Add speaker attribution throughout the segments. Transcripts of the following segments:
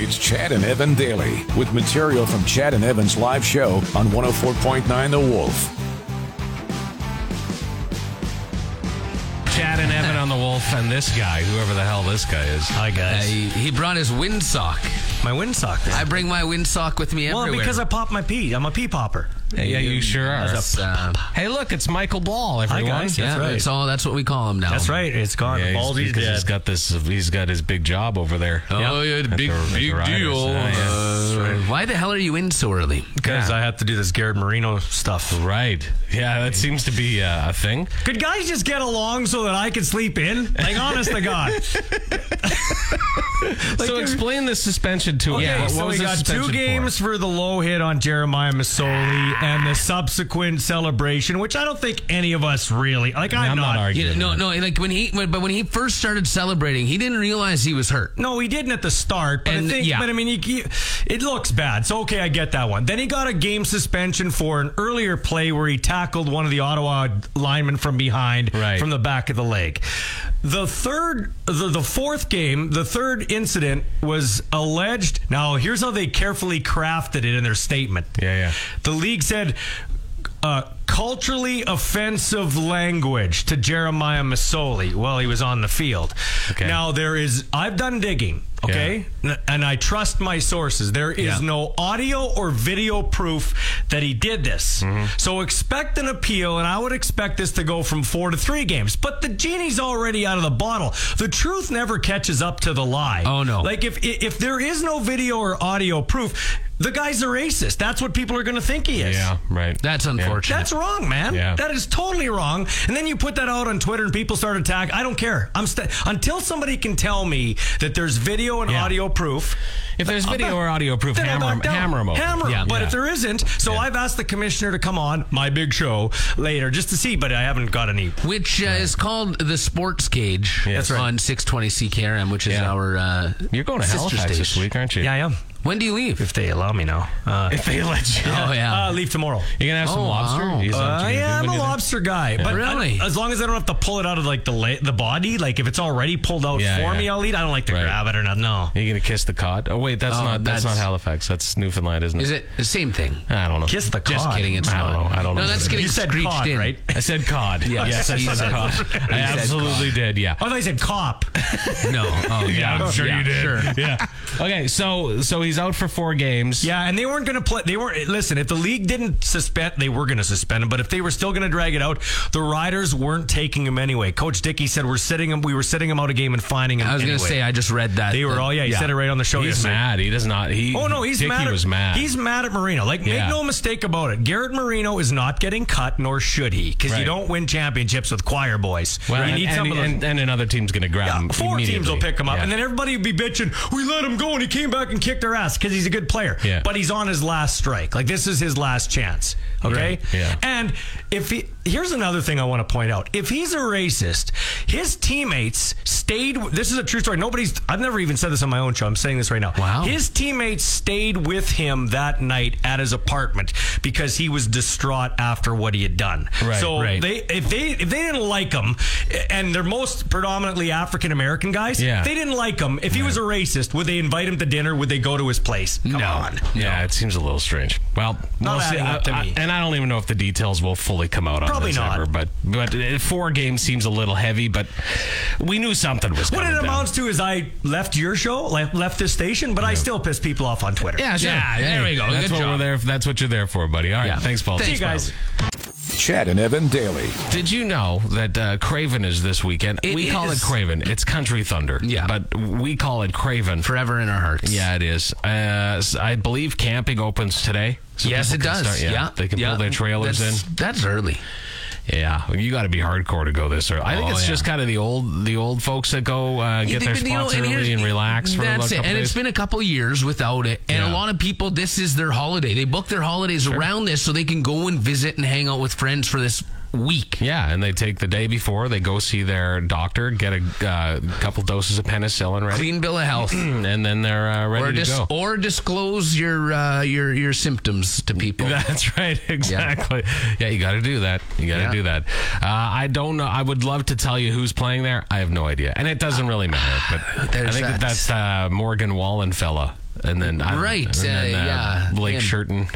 Speaker 1: It's Chad and Evan Daily with material from Chad and Evan's live show on 104.9 The Wolf.
Speaker 2: Chad and Evan on the Wolf, and this guy, whoever the hell this guy is. Hi,
Speaker 3: Uh,
Speaker 2: guys.
Speaker 3: he, he brought his windsock.
Speaker 4: My windsock.
Speaker 3: I bring my windsock with me
Speaker 4: well,
Speaker 3: everywhere. um,
Speaker 4: because I pop my pee. I'm a pee popper.
Speaker 2: yeah, you sure are.
Speaker 3: That's, uh,
Speaker 2: Hey, look, it's Michael Ball, everyone.
Speaker 4: guys.
Speaker 2: Yeah.
Speaker 3: yeah,
Speaker 4: right.
Speaker 3: that's all. That's what we call him now.
Speaker 4: That's right. It's gone.
Speaker 2: he's-
Speaker 4: Baldy's
Speaker 2: because
Speaker 4: dead.
Speaker 2: he's got this. He's got his big job over there.
Speaker 3: Oh yeah,
Speaker 2: At
Speaker 3: big
Speaker 2: the- at the
Speaker 3: big
Speaker 2: Riders.
Speaker 3: deal.
Speaker 2: Oh, yeah.
Speaker 3: Uh, Why the hell are you in so early?
Speaker 4: Because I have to do this Garrett Marino stuff.
Speaker 2: Right. Yeah, that seems to be uh, a thing.
Speaker 4: Could guys just get along so that I could sleep in? Like, honest to God.
Speaker 2: so explain the suspension to us.
Speaker 4: Okay,
Speaker 2: What- what
Speaker 4: so
Speaker 2: was
Speaker 4: we
Speaker 2: the
Speaker 4: got
Speaker 2: suspension
Speaker 4: two
Speaker 2: for?
Speaker 4: games for? the low hit on Jeremiah Masoli and the subsequent celebration, which I don't think any of us really like. I'm,
Speaker 2: I'm not arguing.
Speaker 3: You know, no, no. Like when he, when, but when he first started celebrating, he didn't realize he was hurt.
Speaker 4: No, he didn't at the start, but
Speaker 3: And-
Speaker 4: I think,
Speaker 3: yeah.
Speaker 4: but I mean, he, he- it looks bad. So okay, I get that one. Then he got a game suspension for an earlier play where he tackled one of the Ottawa linemen from behind,
Speaker 2: Right.
Speaker 4: from the back of the leg. The third, the, the fourth game, the third incident was alleged. Now here's how they carefully crafted it in their statement.
Speaker 2: Yeah, yeah.
Speaker 4: The league said uh, culturally offensive language to Jeremiah Masoli while he was on the field.
Speaker 2: Okay.
Speaker 4: Now there is I've done digging, okay? N- And I trust my sources. There is
Speaker 2: Yeah.
Speaker 4: no audio or video proof that he did this.
Speaker 2: Mm-hmm.
Speaker 4: So expect an appeal and I would expect this to go from 4 to 3 games. But the genie's already out of the bottle. The truth never catches up to the lie.
Speaker 3: Oh, no.
Speaker 4: Like if if there is no video or audio proof, the guy's a racist. That's what people are going to think he is.
Speaker 2: Yeah, right.
Speaker 3: That's unfortunate.
Speaker 4: That's wrong, man.
Speaker 2: Yeah.
Speaker 4: That is totally wrong. And then you put that out on Twitter and people start attacking. I don't care. I'm st- until somebody can tell me that there's video and
Speaker 2: Yeah.
Speaker 4: audio proof.
Speaker 2: If there's video or audio proof,
Speaker 4: Then
Speaker 2: hammer
Speaker 4: I
Speaker 2: 'em-
Speaker 4: back down.
Speaker 2: hammer 'em over.
Speaker 4: Hammer 'em.
Speaker 2: Yeah.
Speaker 4: But
Speaker 2: Yeah.
Speaker 4: if there isn't, so I've asked the commissioner to come on my big show later just to see, but I haven't got any.
Speaker 3: Which uh, is called the Sports Cage.
Speaker 2: That's right.
Speaker 3: on 620 CKRM, which is
Speaker 2: Yeah.
Speaker 3: our. Uh,
Speaker 2: You're going to
Speaker 3: sister
Speaker 2: Halifax this
Speaker 3: station.
Speaker 2: week, aren't you?
Speaker 4: Yeah, I am.
Speaker 3: When do you leave?
Speaker 4: If they allow me now. Uh,
Speaker 2: If they let you.
Speaker 3: Oh yeah.
Speaker 4: uh, leave tomorrow.
Speaker 2: You're gonna have some
Speaker 3: Oh,
Speaker 2: lobster.
Speaker 3: wow.
Speaker 2: Is that what
Speaker 4: Uh,
Speaker 2: you're
Speaker 4: yeah,
Speaker 2: gonna
Speaker 4: I'm
Speaker 2: do
Speaker 4: a
Speaker 2: when you do-
Speaker 4: lobster guy, but I-
Speaker 3: Really?
Speaker 4: as long as I don't have to pull it out of like the la- the body, like if it's already pulled out
Speaker 2: Yeah,
Speaker 4: for
Speaker 2: yeah.
Speaker 4: me, I'll eat. I don't like to
Speaker 2: Right.
Speaker 4: grab it or not. No,
Speaker 2: Are you gonna kiss the cod? Oh wait, that's
Speaker 3: Oh,
Speaker 2: not that's,
Speaker 3: that's-
Speaker 2: not Halifax. That's Newfoundland, isn't it?
Speaker 3: is it the same thing?
Speaker 2: I don't know.
Speaker 4: kiss the cod.
Speaker 3: Just kidding. It's
Speaker 2: I
Speaker 3: not.
Speaker 2: don't know. I don't
Speaker 3: no,
Speaker 2: know.
Speaker 3: that's
Speaker 2: You
Speaker 3: getting
Speaker 4: said
Speaker 3: screeched
Speaker 4: cod,
Speaker 3: in.
Speaker 4: right?
Speaker 2: I said cod.
Speaker 3: Yes,
Speaker 2: yes, I
Speaker 3: he
Speaker 2: said
Speaker 3: said
Speaker 2: cod.
Speaker 3: cod. He
Speaker 2: I
Speaker 3: said
Speaker 2: absolutely did. Yeah.
Speaker 4: Oh, they said cop.
Speaker 3: No. Oh yeah. yeah, Sure.
Speaker 2: Yeah. Okay, so so he's out for four games.
Speaker 4: yeah, and they weren't going to play. They weren't. Listen, if the league didn't suspend, they were going to suspend him. But if they were still going to drag it out, the Riders weren't taking him anyway. Coach Dickey said we're sitting him. We were sitting him out a game and finding him.
Speaker 3: I was
Speaker 4: anyway.
Speaker 3: gonna say uh, I just read that.
Speaker 4: they were
Speaker 3: that-
Speaker 4: all. Yeah, he said it right on the show.
Speaker 2: He's
Speaker 4: yesterday.
Speaker 2: mad. He does not. He.
Speaker 4: Oh no, he's
Speaker 2: Dickey
Speaker 4: mad. At,
Speaker 2: was mad.
Speaker 4: He's mad at Marino. Like,
Speaker 2: Yeah.
Speaker 4: make no mistake about it. Garrett Marino is not getting cut, nor should he, because
Speaker 2: Right.
Speaker 4: you don't win championships with choir boys.
Speaker 2: Well,
Speaker 4: you
Speaker 2: and,
Speaker 4: need
Speaker 2: and,
Speaker 4: some of those-
Speaker 2: and, and another team's going to grab him.
Speaker 4: yeah, four teams
Speaker 2: immediately.
Speaker 4: will pick him up,
Speaker 2: Yeah.
Speaker 4: and then everybody will be bitching. We let him go, and he came back and kicked our ass because he's a good player.
Speaker 2: Yeah.
Speaker 4: But he's on his last strike. Like this is his last chance. Okay.
Speaker 2: Right, yeah.
Speaker 4: And if he here's another thing I want to point out. If he's a racist, his teammates stayed. This is a true story. Nobody's. I've never even said this on my own show. I'm saying this right now.
Speaker 3: Wow.
Speaker 4: His teammates stayed with him that night at his apartment because he was distraught after what he had done.
Speaker 2: Right,
Speaker 4: So
Speaker 2: right.
Speaker 4: they if they if they didn't like him, and they're most predominantly African American guys.
Speaker 2: Yeah.
Speaker 4: if They didn't like him. If he was a racist, would they invite him to dinner? Would they go to his place? Come
Speaker 3: No.
Speaker 4: on.
Speaker 2: Yeah, it seems a little strange. Well,
Speaker 4: Not
Speaker 2: we'll see.
Speaker 4: adding up to
Speaker 2: I- I-
Speaker 4: me.
Speaker 2: and I don't even know if the details will fully come out on
Speaker 4: Probably
Speaker 2: this
Speaker 4: not.
Speaker 2: ever, but but uh, four games seems a little heavy, but we knew something was
Speaker 4: What
Speaker 2: coming
Speaker 4: it
Speaker 2: down.
Speaker 4: amounts to is I left your show, le- left this station, but I still piss people off on Twitter.
Speaker 3: Yeah, sure.
Speaker 2: Yeah,
Speaker 3: there
Speaker 2: hey,
Speaker 3: we go.
Speaker 2: That's
Speaker 3: Good
Speaker 2: what
Speaker 3: job.
Speaker 2: we're there. That's what you're there for, buddy. All right,
Speaker 3: Yeah.
Speaker 2: thanks, Paul.
Speaker 4: See you guys.
Speaker 1: Chad and Evan daily.
Speaker 2: Did you know that uh, Craven is this weekend?
Speaker 3: It
Speaker 2: we call it
Speaker 3: is.
Speaker 2: Craven. It's Country Thunder.
Speaker 3: Yeah.
Speaker 2: but we call it Craven.
Speaker 3: Forever in our hearts.
Speaker 2: Yeah, it is. Uh, s- I believe camping opens today. so
Speaker 3: Yes, it
Speaker 2: people can
Speaker 3: does.
Speaker 2: start-
Speaker 3: yeah.
Speaker 2: they can
Speaker 3: yeah.
Speaker 2: pull their trailers
Speaker 3: that's,
Speaker 2: in.
Speaker 3: That's early.
Speaker 2: Yeah, well, you got to be hardcore to go this early. I think
Speaker 3: Oh,
Speaker 2: it's
Speaker 3: yeah.
Speaker 2: just kind of the old the old folks that go uh, get their
Speaker 3: You know,
Speaker 2: spots
Speaker 3: here's-
Speaker 2: early and relax for
Speaker 3: that's
Speaker 2: a
Speaker 3: it.
Speaker 2: couple
Speaker 3: And
Speaker 2: days.
Speaker 3: it's been a couple years without it. And a
Speaker 2: Yeah.
Speaker 3: lot of people, this is their holiday. They book their holidays around this so they can go and visit and hang out with friends for this week.
Speaker 2: yeah, and they take the day before. They go see their doctor, get a uh, couple doses of penicillin ready,
Speaker 3: Clean bill of health.
Speaker 2: and then they're uh, ready
Speaker 3: or
Speaker 2: to
Speaker 3: dis-
Speaker 2: go.
Speaker 3: or disclose your uh, your your symptoms to people.
Speaker 2: That's right, exactly. Yeah, you got to do that. You got to
Speaker 3: Yeah.
Speaker 2: do that. Uh, I don't know. I would love to tell you who's playing there. I have no idea, and it doesn't really matter. But I
Speaker 3: There's
Speaker 2: think
Speaker 3: that.
Speaker 2: that that's uh, Morgan Wallen fella, and then I don't-
Speaker 3: Right,
Speaker 2: and then,
Speaker 3: uh, yeah,
Speaker 2: Blake
Speaker 3: him.
Speaker 2: Sherton.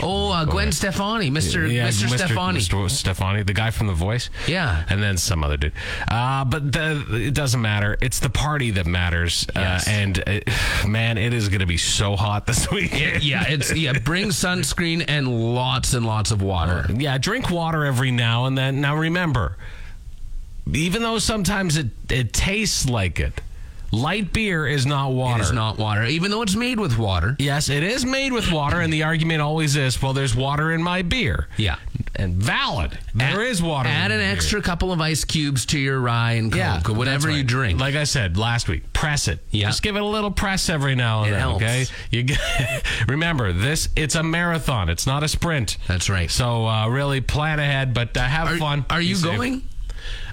Speaker 3: Oh, uh, Gwen Stefani, Mr.
Speaker 2: Yeah,
Speaker 3: Mr. Stefani.
Speaker 2: Mr. Stefani, the guy from The Voice.
Speaker 3: Yeah.
Speaker 2: And then some other dude. Uh, but the, it doesn't matter. It's the party that matters.
Speaker 3: Yes.
Speaker 2: Uh, and uh, man, it is going to be so hot this weekend.
Speaker 3: yeah, it's yeah. Bring sunscreen and lots and lots of water.
Speaker 2: Yeah, drink water every now and then. Now remember, even though sometimes it, it tastes like it, light beer is not water.
Speaker 3: It is not water, even though it's made with water.
Speaker 2: Yes, it is made with water, and the argument always is, well, there's water in my beer.
Speaker 3: Yeah.
Speaker 2: And valid. There is water.
Speaker 3: Add
Speaker 2: in
Speaker 3: an
Speaker 2: the beer.
Speaker 3: extra couple of ice cubes to your rye and coke or whatever
Speaker 2: that's
Speaker 3: you
Speaker 2: right.
Speaker 3: drink.
Speaker 2: Like I said last week, press it.
Speaker 3: Yeah.
Speaker 2: Just give it a little press every now and
Speaker 3: It
Speaker 2: then,
Speaker 3: helps.
Speaker 2: okay? You g- remember, this it's a marathon, it's not a sprint.
Speaker 3: That's right.
Speaker 2: So uh, really plan ahead, but uh, have
Speaker 3: are,
Speaker 2: fun.
Speaker 3: Are
Speaker 2: Be
Speaker 3: you
Speaker 2: safe.
Speaker 3: going?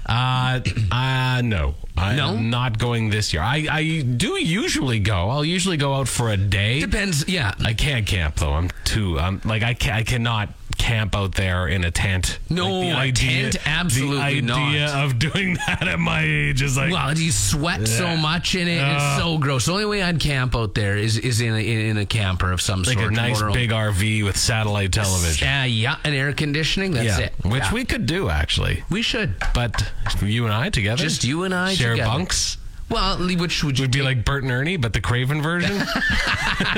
Speaker 2: Uh, uh no. I'm
Speaker 3: No?
Speaker 2: not going this year. I, I do usually go. I'll usually go out for a day.
Speaker 3: Depends. Yeah.
Speaker 2: I can't camp though. I'm too. I'm like I ca I cannot camp out there in a tent.
Speaker 3: No,
Speaker 2: like,
Speaker 3: a tent? Absolutely
Speaker 2: the idea
Speaker 3: not.
Speaker 2: of doing that at my age is like
Speaker 3: Well, you sweat so much in it. it's so gross. The only way I'd camp out there is is in a, in a camper of some
Speaker 2: like
Speaker 3: sort.
Speaker 2: a nice
Speaker 3: motorhome.
Speaker 2: big RV with satellite television.
Speaker 3: Uh, yeah, and air conditioning. That's it.
Speaker 2: which
Speaker 3: Yeah.
Speaker 2: we could do actually,
Speaker 3: we should.
Speaker 2: but you and I together,
Speaker 3: Just you and I
Speaker 2: share
Speaker 3: together.
Speaker 2: bunks.
Speaker 3: Well, Lee, which would you
Speaker 2: We'd be
Speaker 3: take?
Speaker 2: like Bert and Ernie, but the Craven version.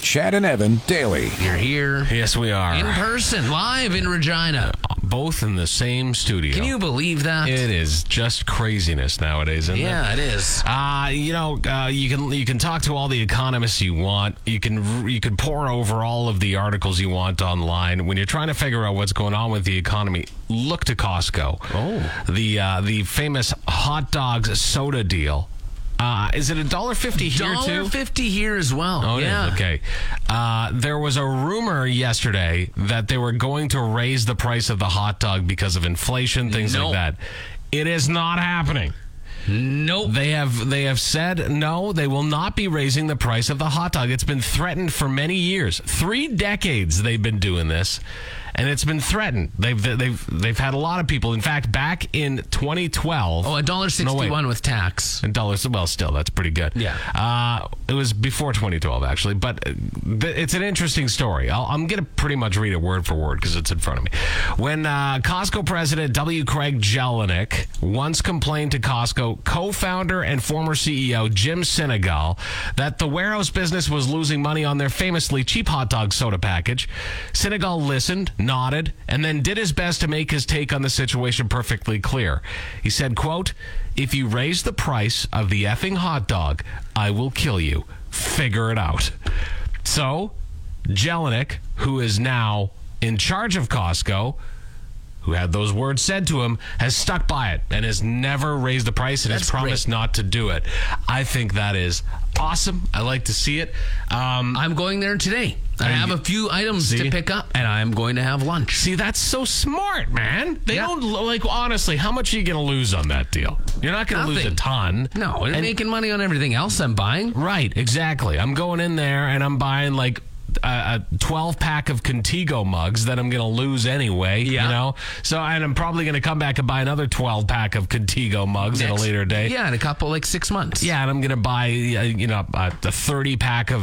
Speaker 1: Chad and Evan daily.
Speaker 3: You're here
Speaker 2: yes, we are.
Speaker 3: in person, live in Regina.
Speaker 2: Both in the same studio.
Speaker 3: Can you believe that?
Speaker 2: It is just craziness nowadays, isn't it?
Speaker 3: yeah, it is.
Speaker 2: Uh, you know, uh, you can you can talk to all the economists you want. You can you can pour over all of the articles you want online. When you're trying to figure out what's going on with the economy, look to Costco. Oh, the uh, the famous hot dogs soda deal. Uh, is it a dollar fifty here
Speaker 3: Dollar
Speaker 2: too?
Speaker 3: fifty here as well.
Speaker 2: Oh, it is.
Speaker 3: yeah.
Speaker 2: Okay. Uh, there was a rumor yesterday that they were going to raise the price of the hot dog because of inflation, things
Speaker 3: No.
Speaker 2: like that. It is not happening.
Speaker 3: Nope.
Speaker 2: They have they have said no, they will not be raising the price of the hot dog. It's been threatened for many years. 3 decades they've been doing this and it's been threatened. They've they've they've had a lot of people. In fact, back in 2012
Speaker 3: Oh, a dollar sixty-one
Speaker 2: wait.
Speaker 3: with tax.
Speaker 2: and dollars. Well, still, that's pretty good.
Speaker 3: Yeah.
Speaker 2: Uh, it was before 2012, actually, but uh, th- it's an interesting story. I'll, I'm going to pretty much read it word for word because it's in front of me. When uh, Costco president W. Craig Jelinek once complained to Costco co founder and former CEO Jim Senegal that the warehouse business was losing money on their famously cheap hot dog soda package, Senegal listened, nodded, and then did his best to make his take on the situation perfectly clear. He said, quote, if you raise the price of the effing hot dog, I will kill you. Figure it out. So, Jelinek, who is now in charge of Costco, who had those words said to him, has stuck by it and has never raised the price and has
Speaker 3: That's
Speaker 2: promised not to do it. I think that is awesome. I like to see it. Um,
Speaker 3: I'm going there today. I
Speaker 2: Are
Speaker 3: have
Speaker 2: you-
Speaker 3: a few items
Speaker 2: See?
Speaker 3: to pick up, and I'm going to have lunch.
Speaker 2: See, that's so smart, man. They
Speaker 3: Yeah.
Speaker 2: don't like honestly. How much are you going to lose on that deal? You're not going to lose a
Speaker 3: Nothing.
Speaker 2: ton.
Speaker 3: No, they're
Speaker 2: And-
Speaker 3: making money on everything else I'm buying.
Speaker 2: Right, exactly. I'm going in there and I'm buying like a, a 12 pack of Contigo mugs that I'm going to lose anyway.
Speaker 3: Yeah.
Speaker 2: You know? So, and I'm probably going to come back and buy another 12 pack of Contigo mugs at a
Speaker 3: Next-
Speaker 2: later date.
Speaker 3: Yeah, in a couple like six months.
Speaker 2: Yeah, and I'm gonna buy uh, you know a, a 30 pack of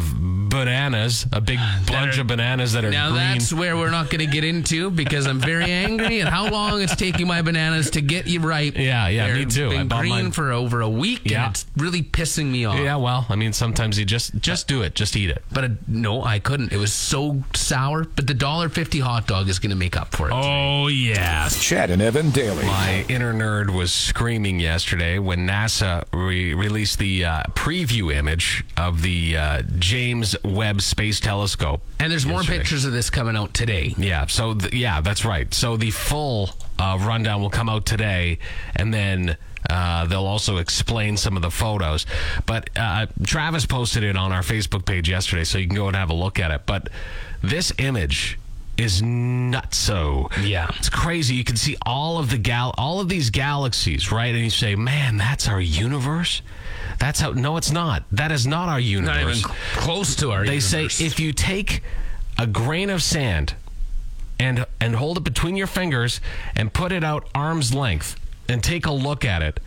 Speaker 2: bananas, a big bunch
Speaker 3: are-
Speaker 2: of bananas that are
Speaker 3: Ah, Now
Speaker 2: green.
Speaker 3: that's where we're not going to get into because I'm very angry at how long it's taking my bananas to get you ripe.
Speaker 2: Yeah, yeah, me too. I
Speaker 3: They've been
Speaker 2: bought
Speaker 3: green
Speaker 2: mine-
Speaker 3: for over a week,
Speaker 2: Yeah.
Speaker 3: and it's really pissing me off.
Speaker 2: yeah, well, I mean, sometimes you just just do it, just eat it.
Speaker 3: But uh no, I couldn't. It was so sour. But the dollar fifty hot dog is going to make up for it.
Speaker 4: Oh, yeah.
Speaker 1: Chad and Evan daily.
Speaker 2: My inner nerd was screaming yesterday when NASA re- released the uh, preview image of the uh, James Webb Space Telescope.
Speaker 3: And there's more
Speaker 2: yesterday.
Speaker 3: pictures of this coming out today.
Speaker 2: Yeah. So th- yeah, that's right. So the full uh, rundown will come out today, and then uh, they'll also explain some of the photos. But uh, Travis posted it on our Facebook page yesterday, so you can go and have a look at it. But this image is nutso.
Speaker 3: Yeah.
Speaker 2: It's crazy. You can see all of the gal all of these galaxies, right? And you say, "Man, that's our universe." That's how No, it's not. That is not our universe.
Speaker 3: Not even cl- close to our.
Speaker 2: They
Speaker 3: universe.
Speaker 2: say if you take a grain of sand and and hold it between your fingers and put it out arm's length and take a look at it,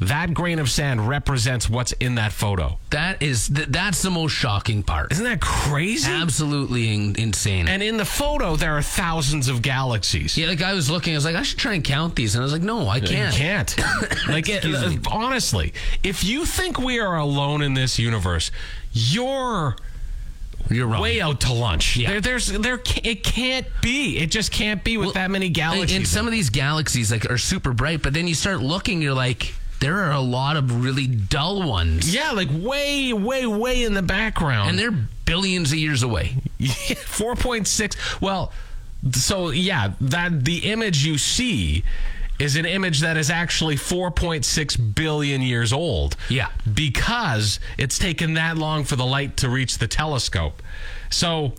Speaker 2: that grain of sand represents what's in that photo.
Speaker 3: that is th- that's the most shocking part.
Speaker 2: Isn't that crazy?
Speaker 3: Absolutely in- insane.
Speaker 2: and in the photo, there are thousands of galaxies.
Speaker 3: yeah, like I was looking, I was like, I should try and count these, and I was like, no, I
Speaker 2: You
Speaker 3: can't. uh,
Speaker 2: can't. like, it,
Speaker 3: Excuse me.
Speaker 2: honestly, if you think we are alone in this universe, you're
Speaker 3: You're wrong.
Speaker 2: way out to lunch.
Speaker 3: Yeah.
Speaker 2: There, there's, there, ca- it can't be. It just can't be with
Speaker 3: Well,
Speaker 2: that many galaxies.
Speaker 3: And some of these galaxies like are super bright, but then you start looking, you're like, there are a lot of really dull ones.
Speaker 2: Yeah, like way, way, way in the background.
Speaker 3: And they're billions of years away.
Speaker 2: four point six. Well, so yeah, that the image you see is an image that is actually four point six billion years old.
Speaker 3: Yeah.
Speaker 2: because it's taken that long for the light to reach the telescope. So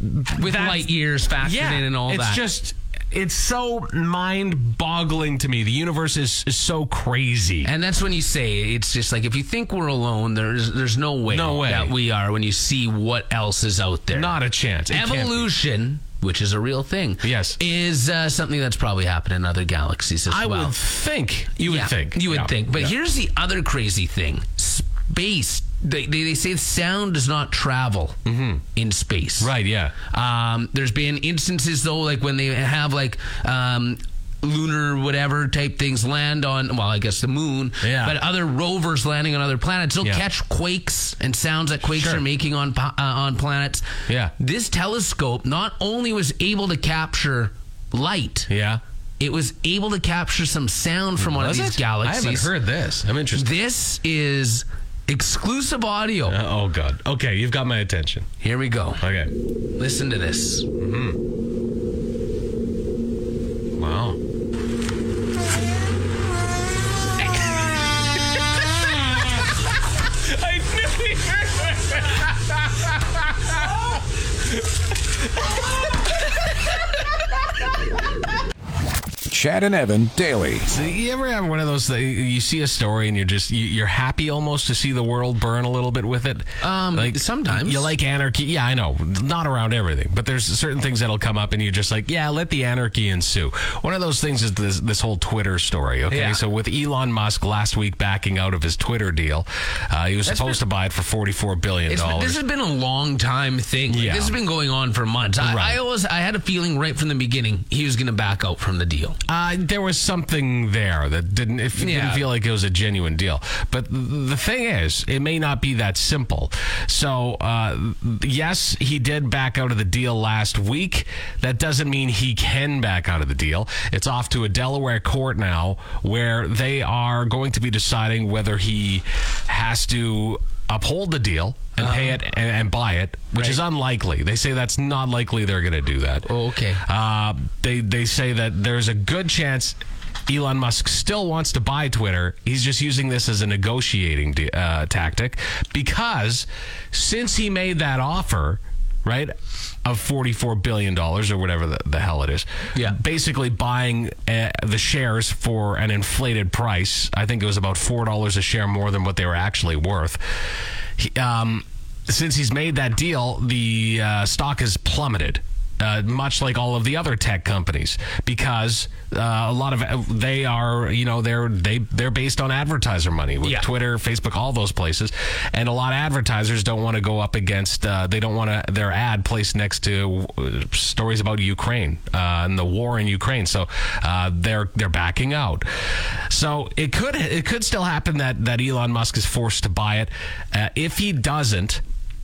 Speaker 3: With
Speaker 2: That's-
Speaker 3: light years factored
Speaker 2: yeah,
Speaker 3: in and all
Speaker 2: it's
Speaker 3: that.
Speaker 2: just. It's so mind-boggling to me. The universe is, is so crazy.
Speaker 3: and that's when you say it's just like if you think we're alone, there's there's no way,
Speaker 2: No way.
Speaker 3: that we are when you see what else is out there.
Speaker 2: Not a chance. It can't be.
Speaker 3: evolution, which is a real thing.
Speaker 2: Yes.
Speaker 3: is uh, something that's probably happened in other galaxies as
Speaker 2: I
Speaker 3: well.
Speaker 2: would think. You
Speaker 3: Yeah,
Speaker 2: would think.
Speaker 3: You would
Speaker 2: Yeah.
Speaker 3: think. But
Speaker 2: Yeah.
Speaker 3: here's the other crazy thing space. They, they, they say sound does not travel in space.
Speaker 2: Mm-hmm. Right, yeah.
Speaker 3: Um, there's been instances, though, like when they have like. Um, Lunar, whatever type things land on, well, I guess the moon,
Speaker 2: Yeah.
Speaker 3: but other rovers landing on other planets, they'll
Speaker 2: Yeah.
Speaker 3: catch quakes and sounds that quakes
Speaker 2: Sure.
Speaker 3: are making on po- uh, on planets.
Speaker 2: Yeah.
Speaker 3: this telescope not only was able to capture light,
Speaker 2: Yeah.
Speaker 3: it was able to capture some sound from one
Speaker 2: Was
Speaker 3: of these
Speaker 2: it?
Speaker 3: galaxies.
Speaker 2: I haven't heard this. I'm interested.
Speaker 3: This is exclusive audio.
Speaker 2: Uh, oh God. Okay, you've got my attention.
Speaker 3: Here we go.
Speaker 2: Okay.
Speaker 3: Listen to this.
Speaker 2: Wow. I knew he
Speaker 1: Chad and Evan daily.
Speaker 2: So you ever have one of those? That you see a story and you're just you, you're happy almost to see the world burn a little bit with it.
Speaker 3: Um, sometimes.
Speaker 2: you like anarchy. Yeah, I know, not around everything, but there's certain things that'll come up and you're just like, yeah, let the anarchy ensue. One of those things is this this whole Twitter story. Okay,
Speaker 3: Yeah.
Speaker 2: so with Elon Musk last week backing out of his Twitter deal, uh, he was supposed to buy it for forty four billion
Speaker 3: It's been-
Speaker 2: dollars.
Speaker 3: this has been a long time thing. Like,
Speaker 2: Yeah.
Speaker 3: This has been going on for months. I,
Speaker 2: Right.
Speaker 3: I always I had a feeling right from the beginning he was going to back out from the deal.
Speaker 2: Uh, there was something there that didn't it didn't
Speaker 3: Yeah.
Speaker 2: feel like it was a genuine deal. But th- the thing is, it may not be that simple. So uh, yes, he did back out of the deal last week. That doesn't mean he can back out of the deal. It's off to a Delaware court now, where they are going to be deciding whether he has to uphold the deal and pay
Speaker 3: Uh-huh.
Speaker 2: it and, and buy it, which is unlikely. They say that's not likely they're going to do that.
Speaker 3: Oh, okay.
Speaker 2: Uh, they they say that there's a good chance Elon Musk still wants to buy Twitter. He's just using this as a negotiating de- uh, tactic because since he made that offer, right, of forty-four billion dollars or whatever the, the hell it is,
Speaker 3: Yeah.
Speaker 2: basically buying uh, the shares for an inflated price. I think it was about four dollars a share more than what they were actually worth. He, um, since he's made that deal, the uh, stock has plummeted. Uh, much like all of the other tech companies, because uh, a lot of they are, you know, they're they they're based on advertiser money with
Speaker 4: Yeah.
Speaker 2: Twitter, Facebook, all those places, and a lot of advertisers don't want to go up against, uh, they don't want to their ad placed next to uh, stories about Ukraine uh, and the war in Ukraine, so uh, they're they're backing out. So it could it could still happen that that Elon Musk is forced to buy it. Uh, if he doesn't,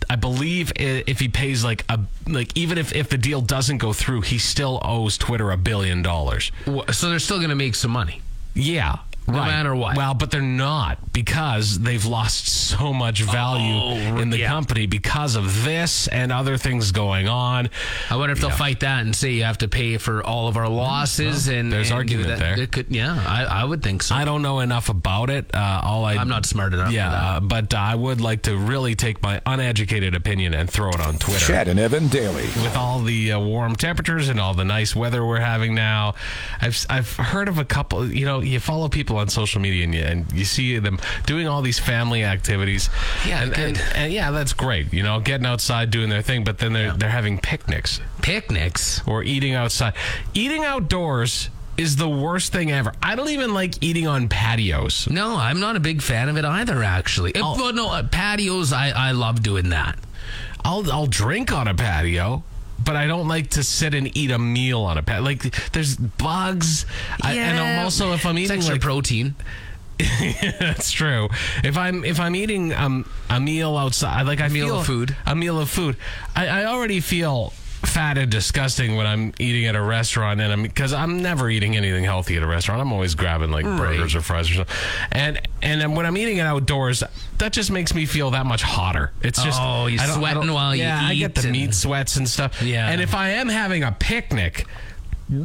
Speaker 2: I believe i- if he pays like a like even if if the deal doesn't go through, he still owes Twitter a billion dollars.
Speaker 3: Wh- So they're still going to make some money.
Speaker 2: Yeah.
Speaker 3: No
Speaker 2: right.
Speaker 3: matter what.
Speaker 2: Well, but they're not because they've lost so much value
Speaker 3: Oh,
Speaker 2: in the
Speaker 3: yeah.
Speaker 2: company because of this and other things going on.
Speaker 3: I wonder if they'll fight that and say you have to pay for all of our losses. and
Speaker 2: there's
Speaker 3: and do
Speaker 2: argument
Speaker 3: that.
Speaker 2: there.
Speaker 3: It could, yeah, I, I would think so.
Speaker 2: I don't know enough about it. Uh, all I
Speaker 3: I'm not smart enough for
Speaker 2: Yeah,
Speaker 3: that.
Speaker 2: uh, but I would like to really take my uneducated opinion and throw it on Twitter.
Speaker 1: Chad and Evan daily.
Speaker 2: with all the uh, warm temperatures and all the nice weather we're having now. I've I've heard of a couple. You know, you follow people on social media and you, and you see them doing all these family activities.
Speaker 3: Yeah,
Speaker 2: and,
Speaker 3: good.
Speaker 2: and, and yeah, that's great. You know, getting outside doing their thing, but then they're they're having picnics
Speaker 3: Picnics.
Speaker 2: or eating outside. Eating outdoors is the worst thing ever. I don't even like eating on patios. Oh.
Speaker 3: No, I'm not a big fan of it either. Actually, If- well, no uh, patios. I, I love doing that.
Speaker 2: I'll I'll drink on a patio. But I don't like to sit and eat a meal on a patio. Like, there's bugs, I, and I'm also if I'm
Speaker 3: It's
Speaker 2: eating
Speaker 3: extra
Speaker 2: like
Speaker 3: protein.
Speaker 2: That's true. If I'm if I'm eating um, a meal outside, like I
Speaker 3: meal
Speaker 2: feel,
Speaker 3: of food.
Speaker 2: a meal of food, I, I already feel fat and disgusting when I'm eating at a restaurant, and I'm because I'm never eating anything healthy at a restaurant. I'm always grabbing like burgers or fries or something, and and then when I'm eating it outdoors, that just makes me feel that much hotter. It's just
Speaker 3: Oh, you're
Speaker 2: I don't- I
Speaker 3: sweating
Speaker 2: don't-
Speaker 3: while you
Speaker 2: yeah, I get
Speaker 3: eat
Speaker 2: the
Speaker 3: and-
Speaker 2: meat sweats and stuff.
Speaker 3: Yeah.
Speaker 2: and if I am having a picnic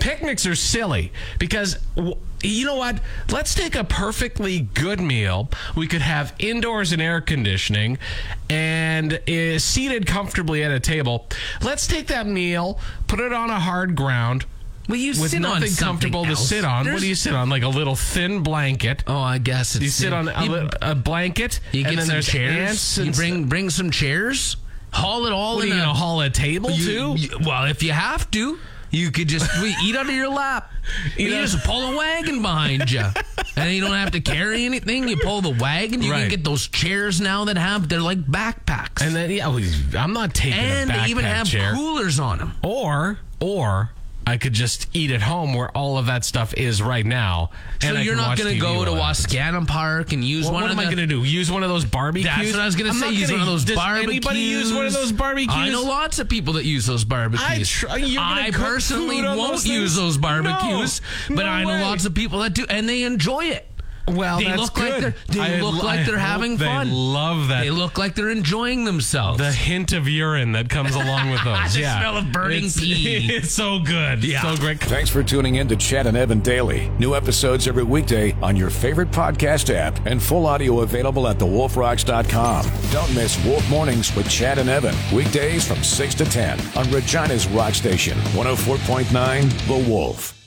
Speaker 2: picnics are silly because w- you know what let's take a perfectly good meal we could have indoors and air conditioning and is seated comfortably at a table let's take that meal put it on a hard ground
Speaker 3: Well, you
Speaker 2: with
Speaker 3: sit on
Speaker 2: nothing
Speaker 3: something
Speaker 2: comfortable to
Speaker 3: else.
Speaker 2: sit on what
Speaker 3: There's-
Speaker 2: do you sit on like a little thin blanket
Speaker 3: Oh, I guess it's
Speaker 2: you sit on a,
Speaker 3: you,
Speaker 2: li- a blanket
Speaker 3: you
Speaker 2: and
Speaker 3: get
Speaker 2: then
Speaker 3: some
Speaker 2: there's
Speaker 3: chairs.
Speaker 2: ants
Speaker 3: You
Speaker 2: and
Speaker 3: bring bring some chairs. Haul it all
Speaker 2: what, are
Speaker 3: in
Speaker 2: you
Speaker 3: a
Speaker 2: gonna haul a table
Speaker 3: You-
Speaker 2: to
Speaker 3: you- well, if you have to, you could just we- eat out of your lap. You,
Speaker 2: know-
Speaker 3: just pull a wagon behind you, and you don't have to carry anything. You pull the wagon. You
Speaker 2: Right.
Speaker 3: can get those chairs now that have they're like backpacks,
Speaker 2: and then yeah well, i'm not taking
Speaker 3: And
Speaker 2: a backpack
Speaker 3: they even have
Speaker 2: chair.
Speaker 3: coolers on them.
Speaker 2: or or I could just eat at home where all of that stuff is right now.
Speaker 3: So
Speaker 2: and I
Speaker 3: you're
Speaker 2: can
Speaker 3: not
Speaker 2: watch
Speaker 3: going to
Speaker 2: TV
Speaker 3: go
Speaker 2: while
Speaker 3: to
Speaker 2: I-
Speaker 3: Wascannon Park and use
Speaker 2: Well,
Speaker 3: one
Speaker 2: what
Speaker 3: of
Speaker 2: am I
Speaker 3: the.
Speaker 2: going to do? Use one of those barbecues?
Speaker 3: that's what I was going to
Speaker 2: I'm
Speaker 3: say.
Speaker 2: not
Speaker 3: Use
Speaker 2: gonna-
Speaker 3: one of those
Speaker 2: does
Speaker 3: barbecues.
Speaker 2: Anybody use one of those barbecues?
Speaker 3: I know lots of people that use those barbecues.
Speaker 2: I tr- you're gonna
Speaker 3: I
Speaker 2: cook
Speaker 3: personally
Speaker 2: food on
Speaker 3: won't
Speaker 2: those
Speaker 3: use
Speaker 2: things?
Speaker 3: those barbecues,
Speaker 2: No.
Speaker 3: but
Speaker 2: No
Speaker 3: I know
Speaker 2: way.
Speaker 3: lots of people that do, and they enjoy it.
Speaker 2: Well,
Speaker 3: They
Speaker 2: that's
Speaker 3: look like
Speaker 2: good.
Speaker 3: they're- they
Speaker 2: I-
Speaker 3: look like
Speaker 2: I
Speaker 3: they're
Speaker 2: hope
Speaker 3: having fun.
Speaker 2: They love that.
Speaker 3: They look like they're enjoying themselves.
Speaker 2: the hint of urine that comes along with those.
Speaker 3: The
Speaker 2: yeah.
Speaker 3: smell of burning
Speaker 2: it's,
Speaker 3: pee.
Speaker 2: It's so good. Yeah. So great.
Speaker 1: Thanks for tuning in to Chad and Evan Daily. New episodes every weekday on your favorite podcast app and full audio available at thewolfrocks.com. Don't miss Wolf Mornings with Chad and Evan. oh Weekdays from 6 to 10 on Regina's Rock Station, 104.9 The Wolf.